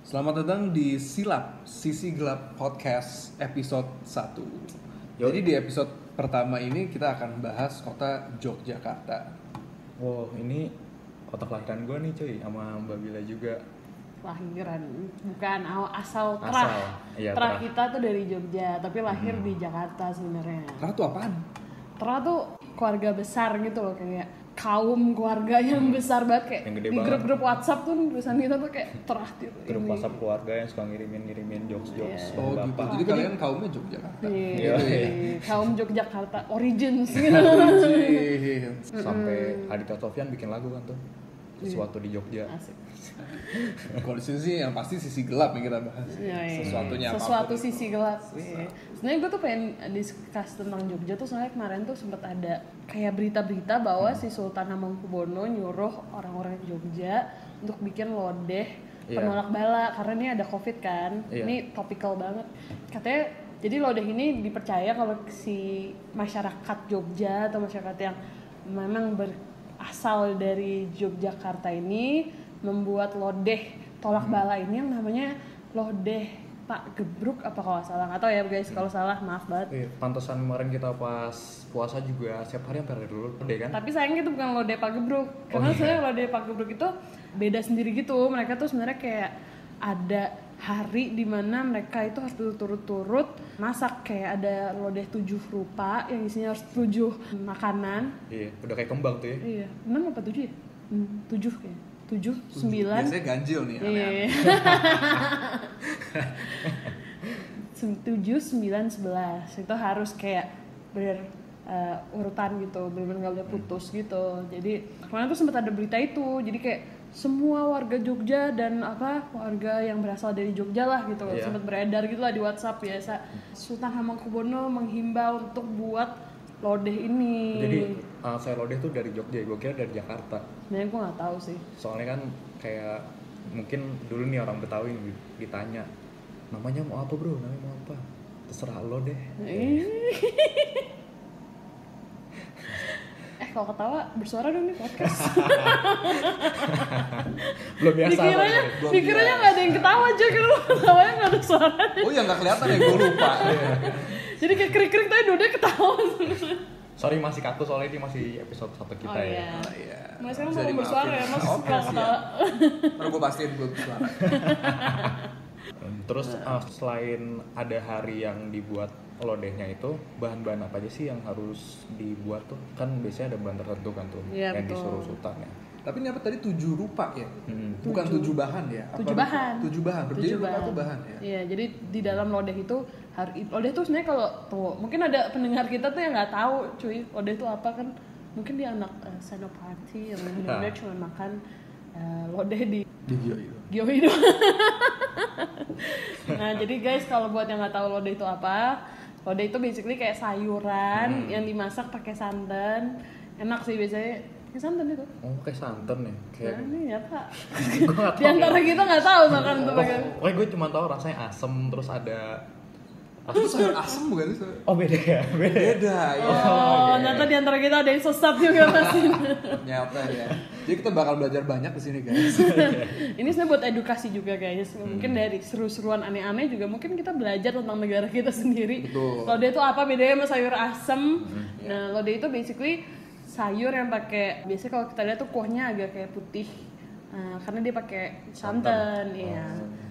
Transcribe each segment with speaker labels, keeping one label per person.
Speaker 1: Selamat datang di Silap Sisi Gelap Podcast episode 1.
Speaker 2: Yo.
Speaker 1: Jadi di episode pertama ini kita akan bahas kota Yogyakarta.
Speaker 2: Wow, Oh, ini kota kelahiran gue nih cuy, sama Mbak Bila juga.
Speaker 3: lahiran bukan aw- asal
Speaker 2: Asal,
Speaker 3: trah
Speaker 2: iya, Hmm.
Speaker 3: trah
Speaker 2: Trah.
Speaker 3: kita tuh dari Jogja tapi lahir di Jakarta sebenarnya
Speaker 1: Ratu apaan?
Speaker 3: trah tuh keluarga besar gitu loh kayak kaum keluarga yang besar banget kayak
Speaker 2: Yang gede
Speaker 3: di
Speaker 2: banget.
Speaker 3: grup-grup WhatsApp tuh tulisan kita tuh kayak trah gitu
Speaker 2: Grup
Speaker 3: ini.
Speaker 2: WhatsApp keluarga yang suka ngirimin-ngirimin
Speaker 1: Oh
Speaker 2: jokes-jokes. sama
Speaker 1: gitu.
Speaker 2: Eh, Bapak.
Speaker 1: Jadi kalian kaumnya Yogyakarta.
Speaker 3: Iya,
Speaker 2: Iya.
Speaker 3: iya. kaum Yogyakarta origins gitu.
Speaker 1: Anjir.
Speaker 2: Sampai Aditya Sofyan bikin lagu kan tuh. Sesuatu di Jogja.
Speaker 1: Iya.
Speaker 3: Asik.
Speaker 1: Kalau di sini sih yang pasti sisi gelap yang kita bahas.
Speaker 3: Iya, iya.
Speaker 1: Sesuatunya apapun
Speaker 3: sesuatu
Speaker 1: itu.
Speaker 3: sisi gelap. Iya. Sebenarnya gue tuh pengen discuss tentang Jogja tuh soalnya kemarin tuh sempet ada kayak berita-berita
Speaker 1: Hmm.
Speaker 3: bahwa si Sultan Hamengkubuwono nyuruh orang-orang Jogja untuk bikin lodeh
Speaker 2: Iya.
Speaker 3: penolak bala karena ini ada covid kan.
Speaker 2: Iya.
Speaker 3: Ini topikal banget. Katanya jadi lodeh ini dipercaya kalau si masyarakat Jogja atau masyarakat yang memang berasal dari Yogyakarta ini membuat lodeh tolak bala ini yang namanya lodeh Pak Gebruk apa kalau nggak salah nggak tahu ya guys kalau salah maaf banget.
Speaker 1: Iya.
Speaker 2: Eh, Pantesan kemarin kita pas puasa juga setiap hari hampir ada dulu deh kan?
Speaker 3: Tapi sayangnya itu bukan lodeh Pak Gebruk. Karena sebenarnya lodeh Pak Gebruk itu beda sendiri gitu. Mereka tuh sebenarnya kayak ada hari di mana mereka itu harus turut-turut masak kayak ada lodeh tujuh rupa yang isinya harus tujuh makanan.
Speaker 2: Iya, udah kayak kembang tuh ya.
Speaker 3: Iya, enam apa tujuh ya? Hmm, tujuh kayaknya. Tujuh, sembilan.
Speaker 1: Biasanya ganjil nih. ya.
Speaker 3: Iya.
Speaker 1: aneh-aneh.
Speaker 3: Sem- tujuh sembilan sebelas itu harus kayak ber eh, urutan gitu bener-bener nggak boleh putus gitu jadi kemarin tuh sempat ada berita itu jadi kayak semua warga Jogja dan apa warga yang berasal dari Jogja lah gitu
Speaker 2: Iya.
Speaker 3: sempat beredar gitu lah di WhatsApp biasa Sultan Hamengkubuwono menghimbau untuk buat lodeh ini
Speaker 1: Mm.
Speaker 2: Jadi uh, saya lodeh tuh dari Jogja, gue kira dari Jakarta.
Speaker 3: sebenarnya gue nggak tahu sih
Speaker 2: soalnya kan kayak mungkin dulu nih orang Betawi nih ditanya namanya mau apa bro namanya mau apa terserah lo deh
Speaker 1: Iya.
Speaker 3: eh kalau ketawa bersuara dong di podcast
Speaker 2: belum biasa
Speaker 3: dikiranya
Speaker 2: Bang.
Speaker 1: Belum
Speaker 3: dikiranya nggak ada yang ketawa aja gitu loh ketawanya nggak ada suara
Speaker 1: Oh ya nggak kelihatan ya, gue lupa.
Speaker 3: jadi kayak krik krik tadi duduk ketawa
Speaker 2: sorry masih kaku soalnya ini masih episode satu kita
Speaker 3: oh
Speaker 2: ya
Speaker 3: iya
Speaker 1: Oh, Iya.
Speaker 3: Mas sekarang
Speaker 1: Bisa
Speaker 3: belum bersuara
Speaker 1: dimaafin.
Speaker 3: ya, Mas
Speaker 1: Oke,
Speaker 3: kalau
Speaker 1: siap.
Speaker 3: ketawa.
Speaker 1: Ntar gue pastiin gue bersuara.
Speaker 2: Hmm, terus
Speaker 3: Nah.
Speaker 2: uh, selain ada hari yang dibuat lodehnya itu bahan-bahan apa aja sih yang harus dibuat tuh kan biasanya ada bahan tertentu kan tuh
Speaker 3: Iya,
Speaker 2: yang
Speaker 3: betul.
Speaker 2: disuruh sultan ya
Speaker 1: Tapi ini apa tadi tujuh rupa ya?
Speaker 2: Hmm.
Speaker 1: Bukan tujuh bahan ya? Apa
Speaker 3: Tujuh bahan.
Speaker 1: Tujuh bahan. Jadi
Speaker 3: Tujuh
Speaker 1: rupa tuh bahan ya.
Speaker 3: Iya, jadi di dalam lodeh itu harus lodeh tuh sebenarnya kalau tuh mungkin ada pendengar kita tuh yang nggak tahu, cuy, lodeh itu apa kan? Mungkin dia anak eh, senopati yang benar-benar cuma makan eh, lodeh di
Speaker 1: Di Gio itu.
Speaker 3: Gyoido. nah, jadi guys kalau buat yang nggak tahu lodeh itu apa, lodeh itu basically kayak sayuran yang dimasak pakai santan. Enak sih biasanya. Pakai santan itu.
Speaker 2: oh kayak santan ya kayak
Speaker 3: Nah, ini ya, Pak.
Speaker 2: gue nggak
Speaker 3: Di antara kita nggak tahu makan itu pakai.
Speaker 2: Oh, Pokoknya gue cuma tahu rasanya asem terus ada
Speaker 1: Itu sayur asam bukan sih? sayur-
Speaker 2: Oh beda ya, beda.
Speaker 1: Beda ya.
Speaker 3: Oh, ternyata di antara kita ada yang sesat juga pasti.
Speaker 1: Nyata ya. Jadi kita bakal belajar banyak di sini guys.
Speaker 3: ini sebenarnya buat edukasi juga guys. Mungkin dari seru-seruan aneh-aneh juga mungkin kita belajar tentang negara kita sendiri.
Speaker 1: Betul.
Speaker 3: Lode itu apa bedanya sama sayur asem? Nah, lode itu basically sayur yang pakai biasanya kalau kita lihat tuh kuahnya agak kayak putih. Nah, karena dia pakai santan, iya.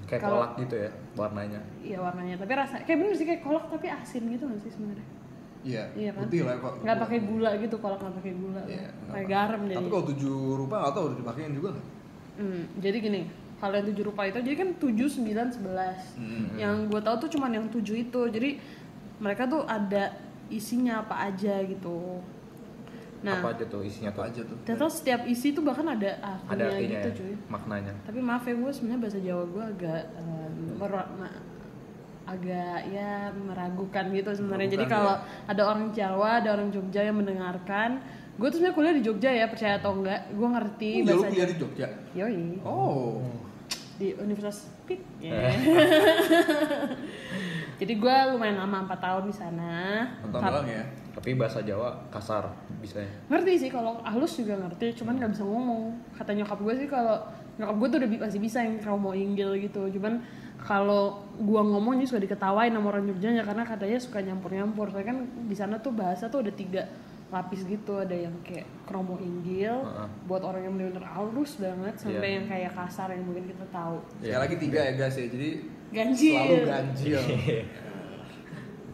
Speaker 2: Kayak
Speaker 3: Kalau-
Speaker 2: kolak gitu ya warnanya.
Speaker 3: Iya warnanya, tapi rasa kayak bener sih kayak kolak tapi asin gitu nggak sih sebenarnya?
Speaker 1: Iya.
Speaker 3: Iya kan?
Speaker 1: Putih lah kok.
Speaker 3: Nggak pakai gula gitu, kolak nggak pakai gula,
Speaker 1: Iya, nggak
Speaker 3: pakai garam jadi.
Speaker 1: Tapi kalau tujuh rupa nggak tahu udah dipakein juga nggak?
Speaker 3: Hmm, jadi gini, kalau yang tujuh rupa itu, jadi kan tujuh, sembilan, sebelas.
Speaker 2: Hmm.
Speaker 3: Yang gue tahu tuh cuman yang tujuh itu. Jadi mereka tuh ada isinya apa aja gitu.
Speaker 2: Apa
Speaker 3: Nah,
Speaker 2: aja tuh isinya
Speaker 1: Apa
Speaker 2: tuh?
Speaker 1: aja tuh?
Speaker 3: ternyata setiap isi tuh bahkan ada artinya,
Speaker 2: Ada artinya
Speaker 3: gitu
Speaker 2: ya,
Speaker 3: cuy.
Speaker 2: maknanya.
Speaker 3: Tapi maaf ya gue sebenarnya bahasa Jawa gue agak em, mer- ma- agak ya meragukan gitu sebenarnya. Jadi
Speaker 2: Meragukan, ya?
Speaker 3: kalau ada orang Jawa, ada orang Jogja yang mendengarkan, gue tuh sebenarnya kuliah di Jogja ya percaya atau enggak, gue ngerti
Speaker 1: Oh,
Speaker 2: iya,
Speaker 1: ya lu
Speaker 3: bahasa
Speaker 1: kuliah di Jogja.
Speaker 3: Yoi
Speaker 1: Oh.
Speaker 3: di Universitas Pitt.
Speaker 2: Eh.
Speaker 3: Jadi gue lumayan lama 4 tahun di sana.
Speaker 1: Nonton doang ya.
Speaker 2: Tapi bahasa Jawa kasar bisa ya.
Speaker 3: Ngerti sih kalau halus juga ngerti, cuman nggak bisa ngomong. Kata nyokap gue sih kalau nyokap gue tuh udah bi- masih bisa yang romo inggil gitu cuman kalau gua ngomong juga suka diketawain sama orang Jogjanya karena katanya suka nyampur-nyampur soalnya kan di sana tuh bahasa tuh ada tiga lapis gitu ada yang kayak kromo inggil
Speaker 2: Heeh.
Speaker 3: buat orang yang benar-benar halus banget sampai
Speaker 2: Iya.
Speaker 3: yang kayak kasar yang mungkin kita tahu
Speaker 1: Sekali lagi tiga ya guys ya, jadi
Speaker 3: ganjil
Speaker 1: selalu ganjil.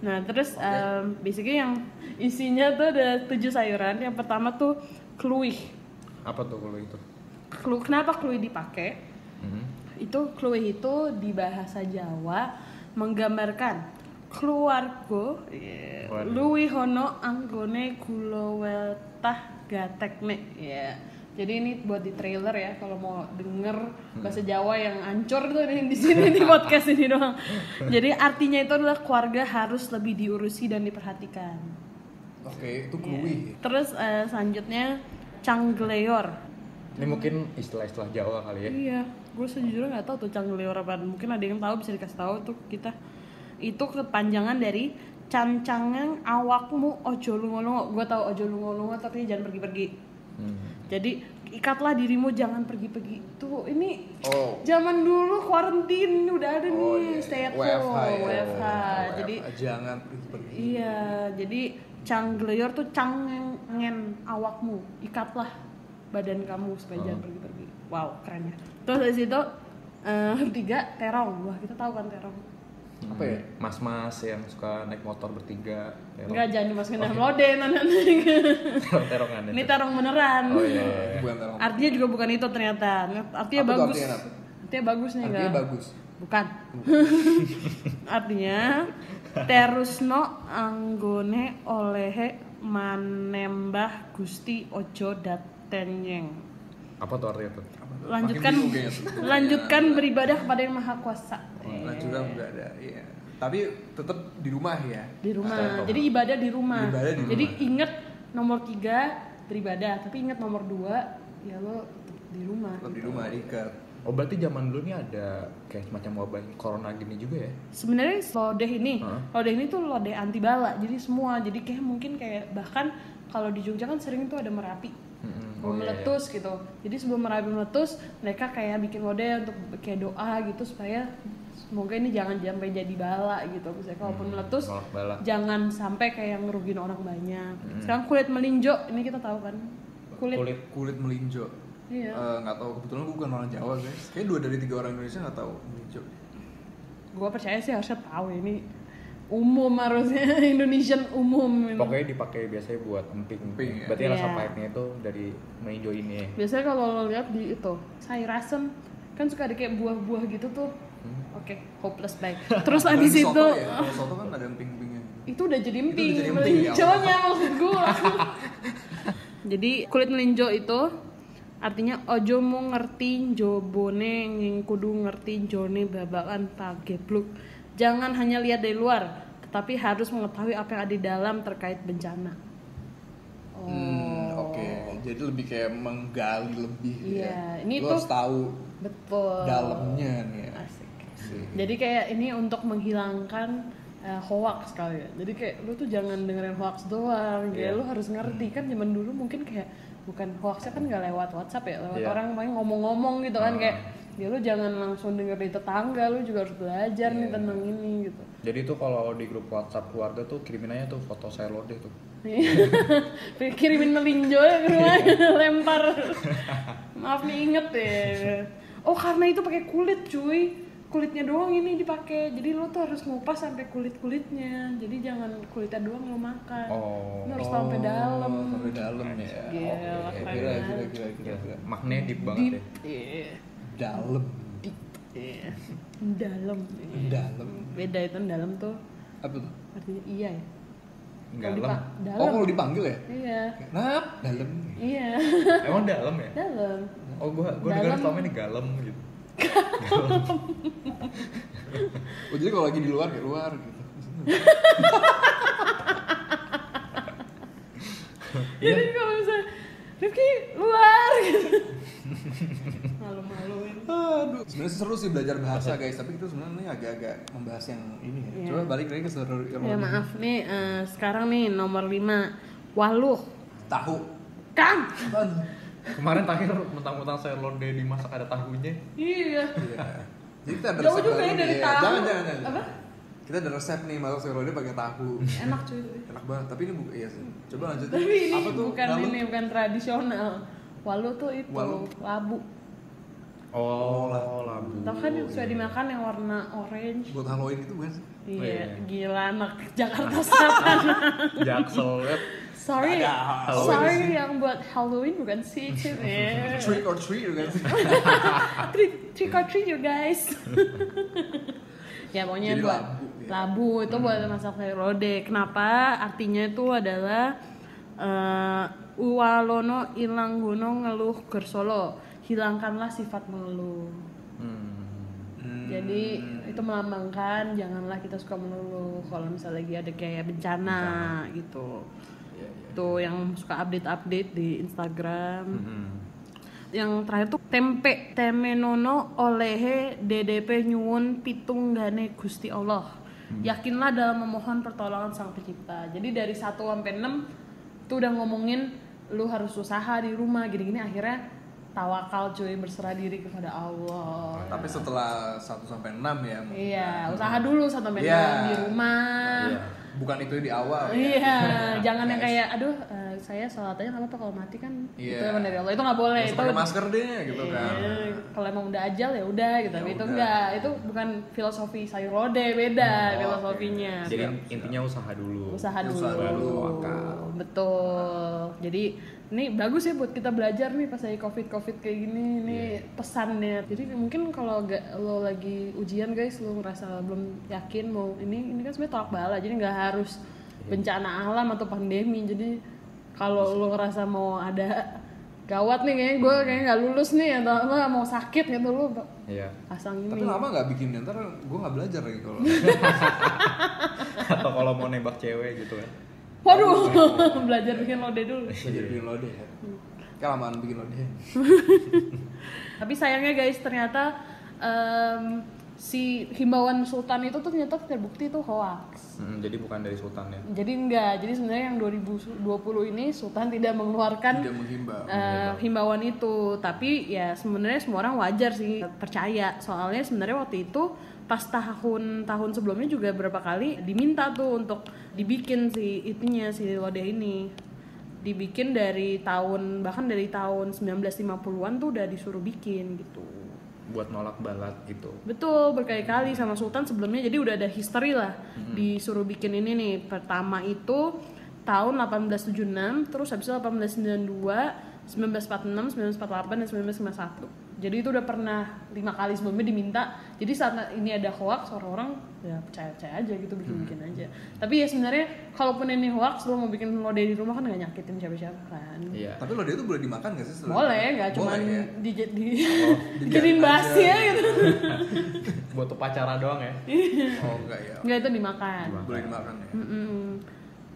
Speaker 3: Nah terus em, basically yang isinya tuh ada tujuh sayuran. Yang pertama tuh kluih.
Speaker 2: Apa tuh kalau itu?
Speaker 3: Klu, kenapa kluih dipakai?
Speaker 2: Mhm.
Speaker 3: Itu kluih itu di bahasa Jawa menggambarkan keluarga yeah,
Speaker 2: Waduh.
Speaker 3: luwi hono anggone gulo weltah gatekne ya. Jadi ini buat di trailer ya kalau mau denger bahasa Jawa yang ancur tuh nih di sini di podcast ini doang. Jadi artinya itu adalah keluarga harus lebih diurusi dan diperhatikan.
Speaker 1: Oke, itu kluwi.
Speaker 3: Terus eh, selanjutnya canggleyor. Hmm.
Speaker 2: Ini mungkin istilah-istilah Jawa kali ya.
Speaker 3: Iya, gue sejujurnya nggak tahu tuh canggleyor apaan. Mungkin ada yang tahu bisa dikasih tahu tuh kita. Itu kepanjangan dari cancangan awakmu ojo lungo-lungo. Gue tahu ojo lungo-lungo tapi jangan pergi-pergi.
Speaker 2: Hmm.
Speaker 3: Jadi ikatlah dirimu jangan pergi-pergi. Tuh ini
Speaker 1: Oh,
Speaker 3: zaman dulu kuarantin udah ada
Speaker 1: Oh,
Speaker 3: nih
Speaker 1: iya.
Speaker 3: stay at home,
Speaker 1: WFH ya.
Speaker 3: WFH.
Speaker 1: WFH.
Speaker 3: Jadi
Speaker 1: jangan pergi-pergi.
Speaker 3: Iya, jadi canggleyor tuh cangengen awakmu, ikatlah badan kamu supaya
Speaker 1: Oh.
Speaker 3: jangan pergi-pergi. Wow, keren ya. Terus dari situ eh, tiga terong, wah kita tahu kan terong.
Speaker 1: Apa ya?
Speaker 3: Hmm.
Speaker 2: Mas-mas yang suka naik motor bertiga, terong,
Speaker 3: Enggak jangan dimasukin dalam lodeh, anak-anak.
Speaker 2: terong-terongan
Speaker 3: Ini
Speaker 2: itu.
Speaker 3: terong beneran.
Speaker 2: Oh iya. iya.
Speaker 1: Bukan terong.
Speaker 3: Artinya juga bukan itu ternyata. Artinya
Speaker 1: Apa tuh
Speaker 3: bagus.
Speaker 1: artinya, Nat?
Speaker 3: Artinya bagus nih
Speaker 1: Artinya
Speaker 3: Kak.
Speaker 1: bagus.
Speaker 3: Bukan. Artinya terusno anggone olehe manembah Gusti Ojo datenyeng.
Speaker 2: Apa tuh artinya tuh?
Speaker 3: Lanjutkan
Speaker 1: bingung kayaknya tuh.
Speaker 3: lanjutkan beribadah kepada Yang Maha Kuasa.
Speaker 1: Lanjutan juga ada. Iya. Tapi tetap di rumah ya.
Speaker 3: Di rumah. Jadi ibadah di rumah.
Speaker 1: Ibadah di
Speaker 3: Jadi inget nomor tiga beribadah, tapi inget nomor dua ya lo tetep di rumah.
Speaker 1: Tetap di rumah diikat.
Speaker 2: Oh berarti zaman dulu nih ada kayak semacam wabah corona gini juga ya?
Speaker 3: sebenarnya lodeh ini
Speaker 2: Hah?
Speaker 3: lodeh ini tuh lodeh anti bala jadi semua jadi kayak mungkin kayak bahkan kalau di Jogja kan sering tuh ada merapi
Speaker 2: Mm-mm. Oh, iya,
Speaker 3: mau meletus gitu jadi sebelum merapi meletus mereka kayak bikin lodeh untuk kayak doa gitu supaya semoga ini jangan sampai jadi bala gitu misalnya
Speaker 2: Hmm.
Speaker 3: kalaupun meletus
Speaker 2: Balak balak.
Speaker 3: jangan sampai kayak ngerugin orang banyak sekarang kulit melinjo ini kita tahu kan kulit,
Speaker 2: Kulit. Ah.
Speaker 1: Kulit melinjo. Eh,
Speaker 3: iya
Speaker 1: Nggak tahu kebetulan gue bukan orang Jawa guys. Kayaknya dua dari tiga orang Indonesia nggak tahu melinjo.
Speaker 3: gua percaya sih harusnya tahu ini umum harusnya Indonesian umum ini.
Speaker 2: Pokoknya dipakai biasanya buat emping.
Speaker 1: Emping, ya.
Speaker 2: Berarti rasa
Speaker 3: Iya.
Speaker 2: pahitnya itu dari meninjau ini ya?
Speaker 3: Biasanya kalau lo lihat di itu sayur asem kan suka ada kayak buah-buah gitu tuh. Oke, hopeless baik. Terus
Speaker 1: Apalagi
Speaker 3: abis itu
Speaker 1: soto Hmm. ya. Kalau soto kan ada emping-empingnya.
Speaker 3: itu udah jadi emping,
Speaker 1: jadi emping, ya
Speaker 3: melinjonya maksud gua. jadi kulit melinjo itu artinya ojo mau ngerti jobone nging kudu ngerti jone babakan pagebluk. Jangan hanya lihat dari luar, tetapi harus mengetahui apa yang ada di dalam terkait bencana. Oh.
Speaker 1: Hmm, Oke, jadi lebih kayak menggali lebih
Speaker 3: Iya,
Speaker 1: ya.
Speaker 3: ini
Speaker 1: Lu
Speaker 3: tuh- Ah,
Speaker 1: harus tahu
Speaker 3: Betul.
Speaker 1: dalamnya nih ya.
Speaker 3: Asik.
Speaker 1: Asik.
Speaker 3: Jadi kayak ini untuk menghilangkan eh, hoax kali ya. Jadi kayak lu tuh jangan dengerin hoax doang. Kayak
Speaker 2: Iya.
Speaker 3: lu harus ngerti kan zaman dulu mungkin kayak bukan hoaxnya kan nggak lewat WhatsApp ya,
Speaker 2: Iya.
Speaker 3: lewat
Speaker 2: Ah.
Speaker 3: orang paling ngomong-ngomong gitu kan kayak ya lu jangan langsung denger dari tetangga, lu juga harus belajar nih
Speaker 2: Iya.
Speaker 3: tentang ini gitu.
Speaker 2: Jadi tuh kalau di grup WhatsApp keluarga tuh kirimin aja tuh foto saya lodeh tuh.
Speaker 3: Iya. kirimin melinjo ya ke rumahnya, lempar maaf nih inget ya oh karena itu pakai kulit cuy kulitnya doang ini dipakai jadi lo tuh harus ngupas sampai kulit kulitnya jadi jangan kulitnya doang lo makan
Speaker 2: Oh.
Speaker 3: lo harus tahu sampai dalam
Speaker 1: Oh, sampai dalam ya.
Speaker 3: Gila,
Speaker 1: Oke,
Speaker 3: keren
Speaker 1: Gila,
Speaker 3: banget.
Speaker 1: gila, gila, gila, gila.
Speaker 2: iya. Maknanya deep banget
Speaker 3: deep
Speaker 2: ya.
Speaker 3: Iya,
Speaker 1: Dalam,
Speaker 3: deep Iya. dalam iya.
Speaker 1: dalam.
Speaker 3: beda itu dalam tuh
Speaker 1: Apa tuh?
Speaker 3: artinya iya ya
Speaker 2: Enggak
Speaker 3: Kalau
Speaker 2: dalam.
Speaker 3: dipa-
Speaker 1: Oh,
Speaker 3: dalam
Speaker 1: kalau dipanggil ya?
Speaker 3: iya
Speaker 1: Nap, dalam.
Speaker 3: iya
Speaker 2: Emang dalam ya?
Speaker 3: dalam
Speaker 2: Oh gua gua dengar
Speaker 3: Dalam.
Speaker 2: selama ini galam gitu.
Speaker 1: Oh, jadi kalau lagi di luar, di luar gitu. Iya.
Speaker 3: Jadi kalau misalnya Rifki luar gitu. Malu-maluin.
Speaker 1: Aduh, sebenarnya sih seru sih belajar bahasa guys, tapi kita sebenarnya ini agak-agak membahas yang ini ya.
Speaker 3: Iya.
Speaker 1: Coba balik lagi ke seru
Speaker 3: Ya maaf nih eh, sekarang nih nomor 5 Waluh.
Speaker 1: Tahu.
Speaker 3: Kang.
Speaker 1: Apaan?
Speaker 2: Kemarin terakhir mentang-mentang saya lodeh dimasak ada tahunya.
Speaker 3: Iya.
Speaker 1: Jadi kita ada
Speaker 3: Jauh
Speaker 1: resep
Speaker 3: juga ya
Speaker 1: baru
Speaker 3: dari
Speaker 1: nih,
Speaker 3: tahu.
Speaker 1: Jangan, jangan, jangan.
Speaker 3: Apa?
Speaker 1: Kita ada resep nih masak sayur pakai tahu.
Speaker 3: Enak cuy. itu.
Speaker 1: Enak banget. Tapi ini bukan iya sih. Coba lanjutin.
Speaker 3: Tapi ini
Speaker 1: Apa tuh?
Speaker 3: bukan
Speaker 1: Lalu-
Speaker 3: ini bukan tradisional. Walu tuh itu
Speaker 1: Walu.
Speaker 3: labu.
Speaker 2: Oh, labu.
Speaker 3: Tahu kan
Speaker 1: Oh,
Speaker 3: yang
Speaker 1: iya.
Speaker 3: sudah dimakan yang warna orange.
Speaker 1: Buat Halloween itu bukan sih?
Speaker 3: Iya,
Speaker 2: iya.
Speaker 3: gila anak Jakarta Selatan.
Speaker 2: Jaksel lihat.
Speaker 3: sorry,
Speaker 1: Ada Halloween
Speaker 3: sorry
Speaker 1: sih.
Speaker 3: yang buat Halloween bukan sih itu. Eh.
Speaker 1: Trick or treat bukan sih?
Speaker 3: Iya. trick, trick or treat you guys. ya pokoknya
Speaker 1: Jadi
Speaker 3: buat
Speaker 1: labu, ya.
Speaker 3: labu itu buat masak sayur lodeh. Kenapa? Artinya itu adalah eh, uwalono ilang gunung ngeluh gersolo. Hilangkanlah sifat mengeluh.
Speaker 2: Hmm.
Speaker 3: Jadi itu melambangkan janganlah kita suka mengeluh kalau misalnya lagi ada kayak bencana, gitu.
Speaker 2: Iya, iya.
Speaker 3: Tuh yang suka update-update di Instagram
Speaker 2: Hmm.
Speaker 3: yang terakhir tuh tempe temenono olehe DDP nyuwun pitunggane Gusti Allah. Yakinlah dalam memohon pertolongan Sang Pencipta. Jadi dari 1 sampai 6 tuh udah ngomongin lu harus usaha di rumah gini-gini akhirnya tawakal cuy berserah diri kepada Allah.
Speaker 1: Tapi setelah 1 sampai 6 ya.
Speaker 3: Iya, usaha dulu 1 sampai
Speaker 1: Iya.
Speaker 3: 6 di rumah.
Speaker 2: Iya.
Speaker 1: Bukan itu di awal ya.
Speaker 3: Iya, jangan yang kayak aduh eh, saya sholat aja nggak apa-apa kalau mati kan
Speaker 1: Iya.
Speaker 3: itu emang dari Allah itu nggak boleh
Speaker 1: Harus
Speaker 3: itu
Speaker 1: pakai masker deh gitu kan.
Speaker 3: Iya, kalau emang udah ajal ya udah gitu tapi itu
Speaker 1: udah. Oh,
Speaker 3: enggak itu bukan filosofi sayur lodeh beda filosofinya
Speaker 2: Jadi intinya usaha dulu.
Speaker 3: usaha dulu
Speaker 1: Usaha dulu,
Speaker 3: betul jadi ini bagus ya buat kita belajar nih pas lagi covid covid kayak gini ini
Speaker 1: Iya.
Speaker 3: pesannya jadi mungkin kalau ga- lo lagi ujian guys lo merasa belum yakin mau ini ini kan sebenarnya tolak bala jadi nggak harus
Speaker 1: Iya.
Speaker 3: bencana alam atau pandemi jadi kalau lo ngerasa mau ada gawat nih kayaknya gue kayaknya nggak lulus nih atau lo mau sakit gitu lo
Speaker 2: Iya.
Speaker 3: pasang ini
Speaker 1: Tapi lama gak bikin ya? ntar gue gak belajar lagi kalau
Speaker 2: Atau kalau mau nembak cewek gitu kan.
Speaker 3: waduh belajar bikin lode dulu
Speaker 1: belajar bikin lodeh ya. Kayak lamaan bikin lodeh.
Speaker 3: Kan. Tapi sayangnya guys ternyata em, si himbauan Sultan itu tuh ternyata terbukti itu hoax.
Speaker 2: Hmm, jadi bukan dari sultannya.
Speaker 3: Jadi enggak, jadi sebenarnya yang 2020 ini Sultan tidak mengeluarkan
Speaker 1: Tidak menghimbau.
Speaker 3: eh, himbauan itu, tapi ya sebenarnya semua orang wajar sih percaya. Soalnya sebenarnya waktu itu pas tahun-tahun sebelumnya juga berapa kali diminta tuh untuk dibikin si itunya si lodeh ini. Dibikin dari tahun bahkan dari tahun 1950-an tuh udah disuruh bikin gitu.
Speaker 2: Buat nolak balat gitu.
Speaker 3: Betul, berkali-kali sama Sultan sebelumnya jadi udah ada history lah disuruh bikin ini nih. Pertama itu tahun 1876, terus habis itu 1892, 1946, 1948 dan 1951. Jadi itu udah pernah lima kali sebelumnya diminta. Jadi saat ini ada hoax orang-orang ya percaya-percaya aja gitu bikin-bikin aja. Tapi ya sebenarnya kalaupun ini hoax lo mau bikin lode di rumah kan nggak nyakitin siapa-siapa kan.
Speaker 2: Iya.
Speaker 1: Tapi lodeh itu boleh dimakan gak sih? sebenarnya?
Speaker 3: Boleh, nggak cuman
Speaker 1: Boleh ya?
Speaker 3: di, di,
Speaker 1: dibiarin
Speaker 3: dijadiin basi
Speaker 1: aja.
Speaker 3: ya gitu.
Speaker 2: Buat upacara doang ya.
Speaker 1: Oh enggak ya.
Speaker 3: Nggak itu dimakan.
Speaker 1: Boleh dimakan ya.
Speaker 3: Mm-mm.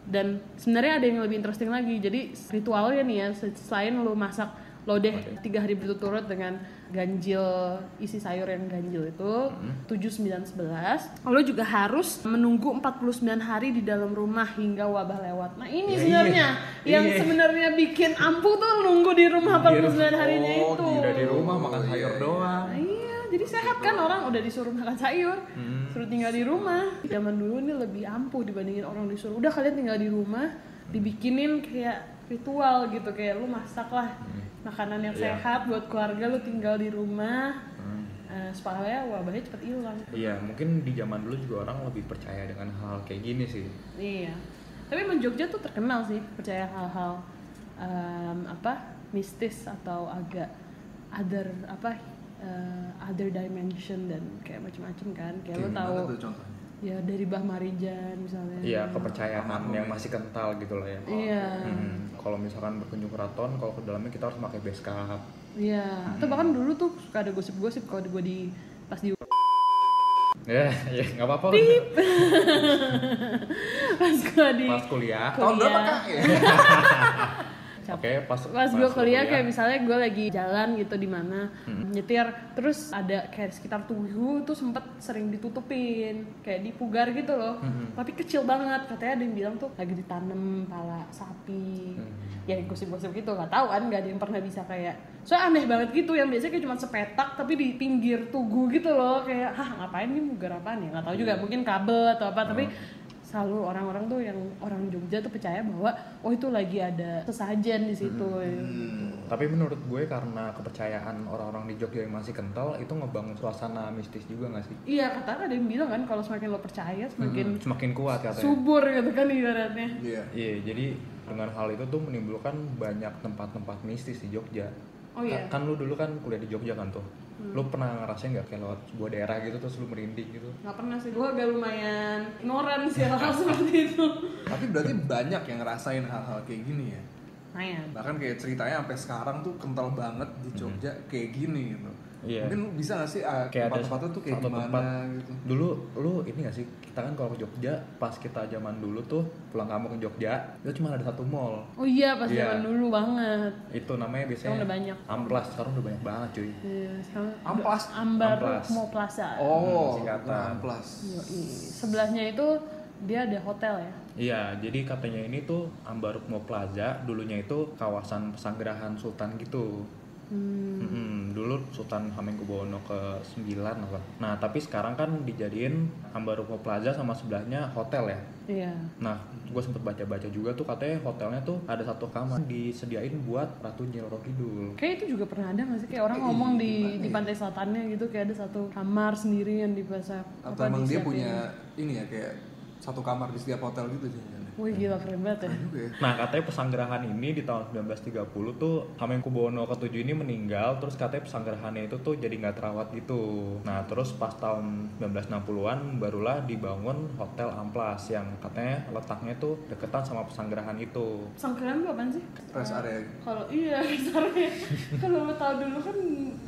Speaker 3: Dan sebenarnya ada yang lebih interesting lagi. Jadi ritualnya nih ya, se- selain lu masak lodeh tiga hari berturut-turut dengan ganjil isi sayur yang ganjil itu 7-9-11 Lo juga harus menunggu 49 hari di dalam rumah hingga wabah lewat nah ini
Speaker 2: Ya,
Speaker 3: sebenarnya
Speaker 2: iya.
Speaker 3: yang
Speaker 2: Iya.
Speaker 3: sebenarnya bikin ampuh tuh nunggu di rumah 49 harinya
Speaker 1: Oh,
Speaker 3: itu
Speaker 1: gila,
Speaker 2: Udah di rumah makan
Speaker 1: Oh, iya,
Speaker 2: sayur
Speaker 1: iya.
Speaker 2: doang.
Speaker 3: Nah, iya, jadi sehat
Speaker 1: Gitu.
Speaker 3: kan orang udah disuruh makan sayur,
Speaker 1: Hmm.
Speaker 3: suruh tinggal di rumah. Zaman dulu ini lebih ampuh dibandingin orang disuruh udah kalian tinggal di rumah, dibikinin kayak ritual gitu kayak lu masak lah
Speaker 1: Hmm.
Speaker 3: makanan yang
Speaker 2: Iya.
Speaker 3: sehat buat keluarga lu tinggal di rumah. Eh, supaya wabahnya cepet hilang.
Speaker 2: Hmm. Iya, mungkin di zaman dulu juga orang lebih percaya dengan hal kayak gini sih.
Speaker 3: Iya. Tapi emang Jogja tuh terkenal sih percaya hal-hal em, apa mistis atau agak other apa eh, other dimension dan kayak macam-macam kan.
Speaker 1: Kayak
Speaker 3: Kayak lo tahu
Speaker 1: gimana tuh contohnya?
Speaker 3: ya dari Bah Marijan misalnya.
Speaker 2: Iya, kepercayaan yang masih kental gitu lah ya.
Speaker 3: Iya.
Speaker 2: Hmm, kalau misalkan berkunjung keraton, kalau ke dalamnya kita harus pakai base cap.
Speaker 3: Iya. Atau bahkan dulu tuh suka ada gosip-gosip kalau gue di pas di
Speaker 2: Ya, ya nggak apa-apa.
Speaker 3: pas gue di
Speaker 2: Pas Ah, kuliah,
Speaker 1: Tahun berapa
Speaker 3: Kuliah.
Speaker 1: kak? Ya.
Speaker 3: capek.
Speaker 2: Oke, pas
Speaker 3: Pas gue kuliah kayak misalnya gue lagi jalan gitu di mana nyetir terus ada kayak sekitar tujuh tuh sempet sering ditutupin kayak dipugar gitu loh tapi kecil banget katanya ada yang bilang tuh lagi ditanam pala sapi ya gosip-gosip gitu nggak tahu kan nggak ada yang pernah bisa kayak soalnya aneh banget gitu yang biasanya kayak cuma sepetak tapi di pinggir tugu gitu loh kayak hah ngapain nih mugar apaan ya nggak tahu juga mungkin kabel atau apa tapi selalu orang-orang tuh yang orang Jogja tuh percaya bahwa oh itu lagi ada sesajen di situ
Speaker 2: Tapi menurut gue karena kepercayaan orang-orang di Jogja yang masih kental itu ngebangun suasana mistis juga nggak sih? Hmm,
Speaker 3: Iya kata ada yang bilang kan kalau semakin lo percaya semakin
Speaker 2: Semakin kuat katanya.
Speaker 3: subur gitu kan ibaratnya.
Speaker 1: Iya.
Speaker 2: Iya, jadi dengan hal itu tuh menimbulkan banyak tempat-tempat mistis di Jogja.
Speaker 3: Oh iya. Hmm.
Speaker 2: Ka- Kan, lu dulu kan kuliah di Jogja kan tuh. Lu pernah ngerasain nggak kayak lewat sebuah daerah gitu terus lu merinding gitu?
Speaker 3: Nggak pernah sih, gue agak lumayan ignoran sih hal seperti itu.
Speaker 1: Tapi berarti banyak yang ngerasain hal-hal kayak gini ya.
Speaker 3: Lumayan.
Speaker 1: Bahkan kayak ceritanya sampai sekarang tuh kental banget di Jogja kayak gini gitu.
Speaker 2: Mhm. Iya.
Speaker 1: Mungkin lu bisa gak sih ah,
Speaker 2: Kayak ada
Speaker 1: tempat-tempatnya tuh kayak
Speaker 2: satu
Speaker 1: gimana
Speaker 2: tempat.
Speaker 1: gitu.
Speaker 2: Dulu lu ini gak sih kita kan kalau ke Jogja pas kita zaman dulu tuh pulang kampung ke Jogja itu cuma ada satu mall.
Speaker 3: Oh iya pas
Speaker 2: Iya.
Speaker 3: zaman dulu banget.
Speaker 2: Itu namanya biasanya
Speaker 3: Sekarang udah banyak.
Speaker 2: Amplas, sekarang udah banyak banget cuy.
Speaker 3: Iya, sekarang
Speaker 1: Amplas?
Speaker 3: Ambar
Speaker 2: Amplas.
Speaker 3: mau plaza.
Speaker 1: Oh,
Speaker 2: singkatan.
Speaker 1: nah, plus.
Speaker 3: Yoi. Sebelahnya itu dia ada hotel ya.
Speaker 2: Iya, jadi katanya ini tuh Ambarukmo Plaza dulunya itu kawasan pesanggerahan sultan gitu.
Speaker 3: Hmm,
Speaker 2: Mm-mm, dulu Sultan Hamengkubuwono ke-9 apa. Nah, tapi sekarang kan dijadiin Ambarukmo Plaza sama sebelahnya hotel ya.
Speaker 3: Iya.
Speaker 2: Nah, gue sempet baca-baca juga tuh katanya hotelnya tuh ada satu kamar disediain buat Ratu Nyiroro Kidul.
Speaker 3: Kayak itu juga pernah ada nggak sih kayak orang ngomong di di pantai selatannya gitu kayak ada satu kamar sendiri yang di plaza.
Speaker 1: Atau emang dia punya ini ya kayak satu kamar di setiap hotel gitu jangan-jangan.
Speaker 3: Wih gila keren banget ya.
Speaker 1: Juga ya.
Speaker 2: Nah, katanya pesanggerahan ini di tahun 1930 tuh Hamengkubuwono ke-7 ini meninggal, terus katanya pesanggerahannya itu tuh jadi nggak terawat gitu. Nah, terus pas tahun 1960-an barulah dibangun Hotel Amplas yang katanya letaknya tuh deketan sama pesanggerahan itu.
Speaker 3: Sangkran tuh apaan sih?
Speaker 1: Rest area. gitu.
Speaker 3: Kalau iya sorry. Kalau lo tau dulu kan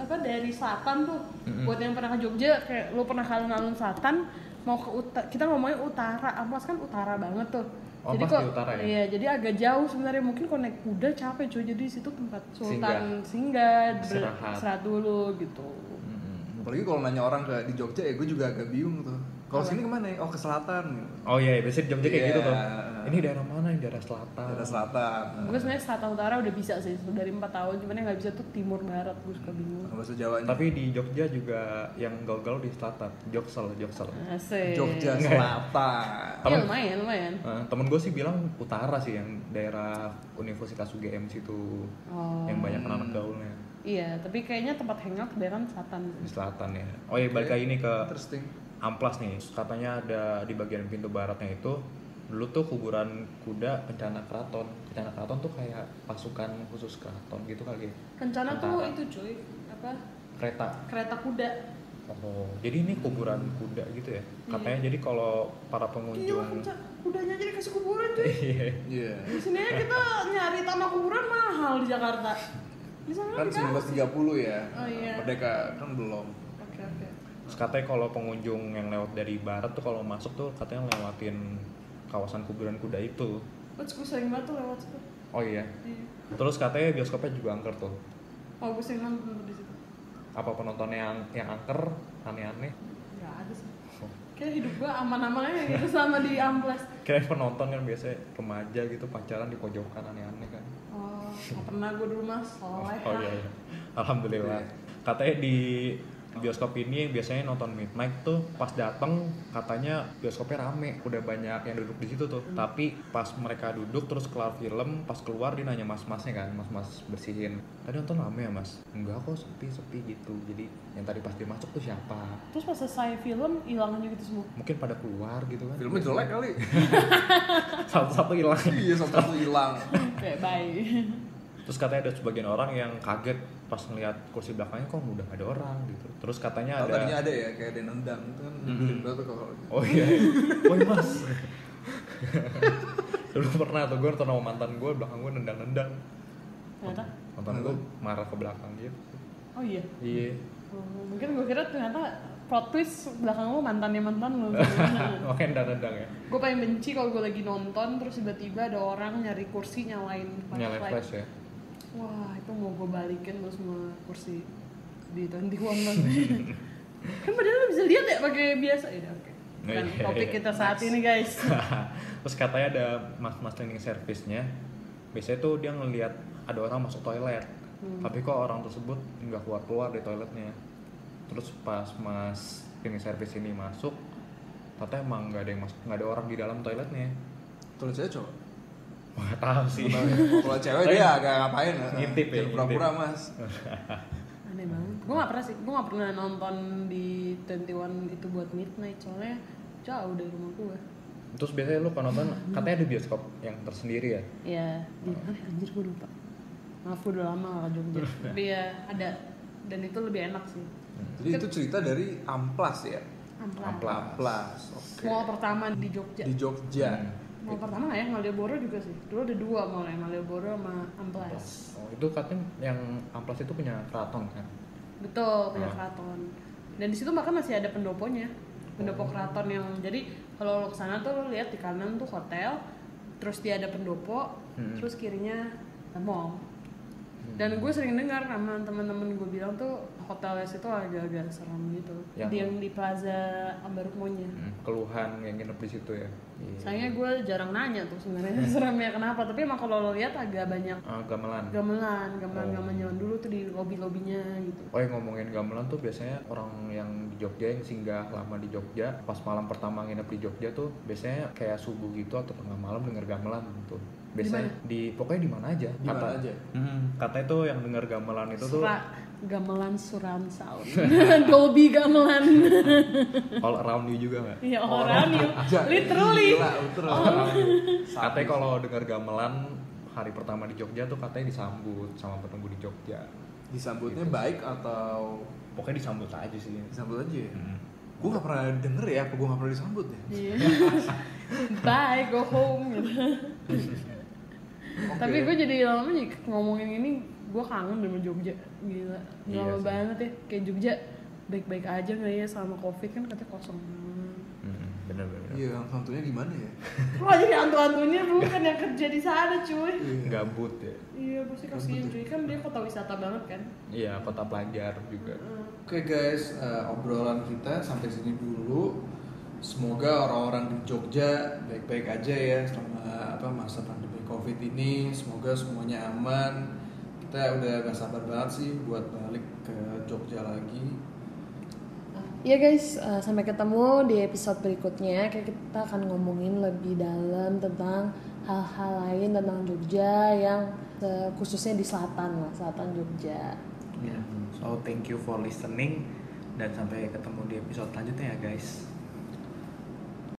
Speaker 3: apa dari selatan tuh. Buat yang pernah ke Jogja kayak lo pernah ke alun selatan mau ke utara kita ngomongnya utara Amplas kan utara banget tuh.
Speaker 2: Oh, Amplas di utara ya?
Speaker 3: Iya, jadi agak jauh sebenarnya mungkin kalau naik kuda capek cuy. Jadi situ tempat Sultan singgah, ber-
Speaker 2: Istirahat.
Speaker 3: istirahat dulu gitu.
Speaker 2: Hmm.
Speaker 1: Apalagi kalau nanya orang ke di Jogja ya gue juga agak bingung tuh. Kalau sini kemana ya? Oh ke selatan gitu.
Speaker 2: Oh iya, biasanya di Jogja kayak gitu tuh.
Speaker 1: Iya.
Speaker 2: Ini daerah mana? Ini daerah selatan.
Speaker 1: Daerah selatan.
Speaker 2: Hmm.
Speaker 3: Gue sebenarnya selatan utara udah bisa sih dari 4 tahun, cuman yang nggak bisa tuh timur barat gue suka bingung.
Speaker 1: Bahasa Jawanya.
Speaker 2: Tapi di Jogja juga yang gaul-gaul di selatan, Joksel, Joksel.
Speaker 3: Asik.
Speaker 1: Jogja Selatan.
Speaker 3: Iya lumayan lumayan.
Speaker 2: Eh, temen gue sih bilang utara sih yang daerah Universitas UGM situ
Speaker 3: Oh.
Speaker 2: yang banyak anak
Speaker 1: Hmm.
Speaker 2: gaulnya
Speaker 3: Iya, tapi kayaknya tempat hangout kebanyakan selatan.
Speaker 2: di selatan ya. Oh iya balik lagi nih ke
Speaker 1: Interesting.
Speaker 2: Amplas nih. Terus Katanya ada di bagian pintu baratnya itu dulu tuh kuburan kuda bencana keraton. Bencana keraton tuh kayak pasukan khusus keraton gitu kali ya.
Speaker 3: Rencana tuh
Speaker 2: Utara.
Speaker 3: itu cuy, apa
Speaker 2: Kereta.
Speaker 3: kereta kuda.
Speaker 2: Oh, jadi ini kuburan kuda gitu ya. Katanya jadi kalau para
Speaker 3: Iya,
Speaker 2: pengunjung
Speaker 3: kereta kudanya aja dikasih kuburan cuy.
Speaker 2: Iya.
Speaker 1: Iya.
Speaker 3: Di sini aja kita nyari tanah kuburan mahal di Jakarta. Di sana
Speaker 1: Kan
Speaker 3: di kan?
Speaker 1: 1930 ya.
Speaker 3: Oh, iya.
Speaker 1: Merdeka kan belum.
Speaker 3: Oke oke.
Speaker 2: Terus katanya kalau pengunjung yang lewat dari barat tuh kalau masuk tuh katanya lewatin kawasan kuburan kuda itu.
Speaker 3: Terus gue sering banget tuh lewat situ.
Speaker 2: Oh iya.
Speaker 3: Iya.
Speaker 2: Terus katanya bioskopnya juga angker tuh.
Speaker 3: Oh gue sering banget nonton di situ.
Speaker 2: Apa penontonnya yang yang angker, aneh-aneh.
Speaker 3: Gak ada sih. Kayak hidup gua aman-aman aja gitu sama di amplas.
Speaker 2: Kayak penonton kan biasanya remaja gitu pacaran di pojokan aneh-aneh kan.
Speaker 3: Oh, gak pernah gua di rumah soleh.
Speaker 2: Oh iya. iya. Alhamdulillah. Katanya di bioskop ini biasanya nonton midnight tuh pas datang katanya bioskopnya rame udah banyak yang duduk di situ tuh tapi pas mereka duduk terus kelar film pas keluar dia nanya mas-masnya kan mas-mas bersihin tadi nonton rame ya mas enggak kok sepi sepi gitu jadi yang tadi pas dia masuk tuh siapa
Speaker 3: Terus pas selesai film, hilang aja gitu semua.
Speaker 2: mungkin pada keluar gitu kan
Speaker 1: Filmnya jelek kali.
Speaker 2: satu-satu hilang
Speaker 1: iya, satu hilang.
Speaker 3: Kayak bye.
Speaker 2: Terus katanya ada sebagian orang yang kaget pas ngelihat kursi belakangnya kok udah ada orang gitu. Terus katanya
Speaker 1: Kalau
Speaker 2: ada Mm-hmm.
Speaker 1: tadinya ada ya kayak ada yang nendang itu kan nyebelin banget tuh kalau
Speaker 2: Oh iya. Woi Mas. Dulu pernah tuh gue nonton sama mantan gue belakang gue nendang-nendang.
Speaker 3: Ternyata,
Speaker 2: Mantan gue marah ke belakang gitu.
Speaker 3: oh iya.
Speaker 2: Iya.
Speaker 3: Oh, mungkin gua kira ternyata plot twist belakang lu mantannya mantan lu
Speaker 2: Oke, ndang-ndang ya.
Speaker 3: gue paling benci kalau gue lagi nonton terus tiba-tiba ada orang nyari kursi nyalain
Speaker 2: Nyalain flash ya.
Speaker 3: wah itu mau gue balikin lo semua kursi di nanti uang kan padahal lu bisa lihat ya pakai biasa ya udah, oke Bukan
Speaker 2: Iya, iya,
Speaker 3: topik
Speaker 2: iya.
Speaker 3: kita saat ini guys
Speaker 2: Terus katanya ada mas-mas cleaning service-nya. Biasanya tuh dia ngelihat ada orang masuk toilet. Tapi kok orang tersebut nggak keluar-keluar dari toiletnya. Terus pas mas cleaning service ini masuk, katanya emang nggak ada yang masuk, nggak ada orang di dalam toiletnya.
Speaker 1: Kalau cewek coba.
Speaker 2: Iya. Nggak tahu sih.
Speaker 1: Kalau cewek dia agak ngapain? eh,
Speaker 2: Ngintip ya,
Speaker 1: jangan Pura-pura
Speaker 2: ngintip.
Speaker 1: mas.
Speaker 3: aneh banget gue gak pernah sih gue gak pernah nonton di 21 itu buat midnight soalnya jauh dari rumah gue
Speaker 2: Terus biasanya lu kalau nonton katanya ada bioskop yang tersendiri ya.
Speaker 3: ya di mana ya? anjir gue lupa maaf gue udah lama gak ke Jogja tapi ya ada dan itu lebih enak sih
Speaker 1: Jadi itu cerita dari Amplas ya.
Speaker 3: amplas
Speaker 2: Amplas.
Speaker 1: Amplas. Oke.
Speaker 3: mall pertama di Jogja
Speaker 1: Di Jogja.
Speaker 2: Hmm.
Speaker 3: mall pertama nggak ya Malioboro juga sih dulu ada dua mall ya Malioboro sama Amplas
Speaker 2: Oh, itu katanya yang amplas itu punya keraton kan.
Speaker 3: betul punya
Speaker 2: Ah.
Speaker 3: keraton dan di situ bahkan masih ada pendoponya
Speaker 2: Oh.
Speaker 3: pendopo keraton yang jadi kalau lo kesana tuh lo lihat di kanan tuh hotel terus dia ada pendopo
Speaker 2: Hmm.
Speaker 3: terus kirinya mall dan gue sering dengar sama teman-teman gue bilang tuh hotelnya situ agak-agak serem gitu
Speaker 2: Yang-
Speaker 3: Di- yang di Plaza Ambarukmonya
Speaker 2: Ya. Hmm, Keluhan yang nginep di situ ya. Iya.
Speaker 3: Sayangnya gue jarang nanya tuh sebenarnya
Speaker 2: Hmm.
Speaker 3: seremnya kenapa tapi emang kalau lo lihat agak banyak
Speaker 2: Ah, gamelan.
Speaker 3: gamelan gamelan
Speaker 2: Oh.
Speaker 3: gamelan zaman dulu tuh di lobby lobbynya gitu
Speaker 2: Oh yang ngomongin gamelan tuh biasanya orang yang di Jogja yang singgah lama di Jogja pas malam pertama nginep di Jogja tuh biasanya kayak subuh gitu atau tengah malam denger gamelan gitu. Biasanya di pokoknya di mana aja.
Speaker 1: Di mana aja?
Speaker 2: Hmm, katanya tuh yang denger gamelan itu tuh
Speaker 3: Sura, gamelan suram sound Dolby gamelan
Speaker 2: all around you juga nggak?
Speaker 3: ya orang you
Speaker 1: Jogja.
Speaker 3: literally Oh.
Speaker 1: Gila, betul.
Speaker 2: Katanya kalau dengar gamelan hari pertama di Jogja tuh katanya disambut sama penunggu di Jogja.
Speaker 1: Disambutnya baik atau
Speaker 2: Pokoknya disambut aja sih.
Speaker 1: disambut aja ya?
Speaker 2: Hmm.
Speaker 1: Gue gak pernah denger ya, apa gue gak pernah disambut ya?
Speaker 3: Iya. bye go home gitu.
Speaker 1: Oke.
Speaker 3: tapi gue jadi lama nih ngomongin ini gue kangen sama Jogja gila
Speaker 2: Iya
Speaker 3: lama
Speaker 2: sih.
Speaker 3: banget ya kayak Jogja baik-baik aja nggak ya selama covid kan katanya kosong banget.
Speaker 2: Hmm, bener bener.
Speaker 1: Iya, yang santunya gimana ya?
Speaker 3: Wah jadi hantu-hantunya bukan yang kerja di sana cuy
Speaker 1: Iya.
Speaker 2: Gabut ya.
Speaker 3: Iya pasti kasihan cuy kan dia kota wisata banget kan
Speaker 2: Iya kota pelajar juga.
Speaker 1: Oke guys, eh, obrolan kita sampai sini dulu. Semoga orang-orang di Jogja baik-baik aja ya selama apa masa pandemi Covid ini. Semoga semuanya aman. Kita udah gak sabar banget sih buat balik ke Jogja lagi.
Speaker 4: Iya guys, eh, sampai ketemu di episode berikutnya. Kayak kita akan ngomongin lebih dalam tentang hal-hal lain tentang Jogja yang eh, khususnya di selatan lah, selatan Jogja.
Speaker 5: Ya, So thank you for listening dan sampai ketemu di episode selanjutnya ya guys.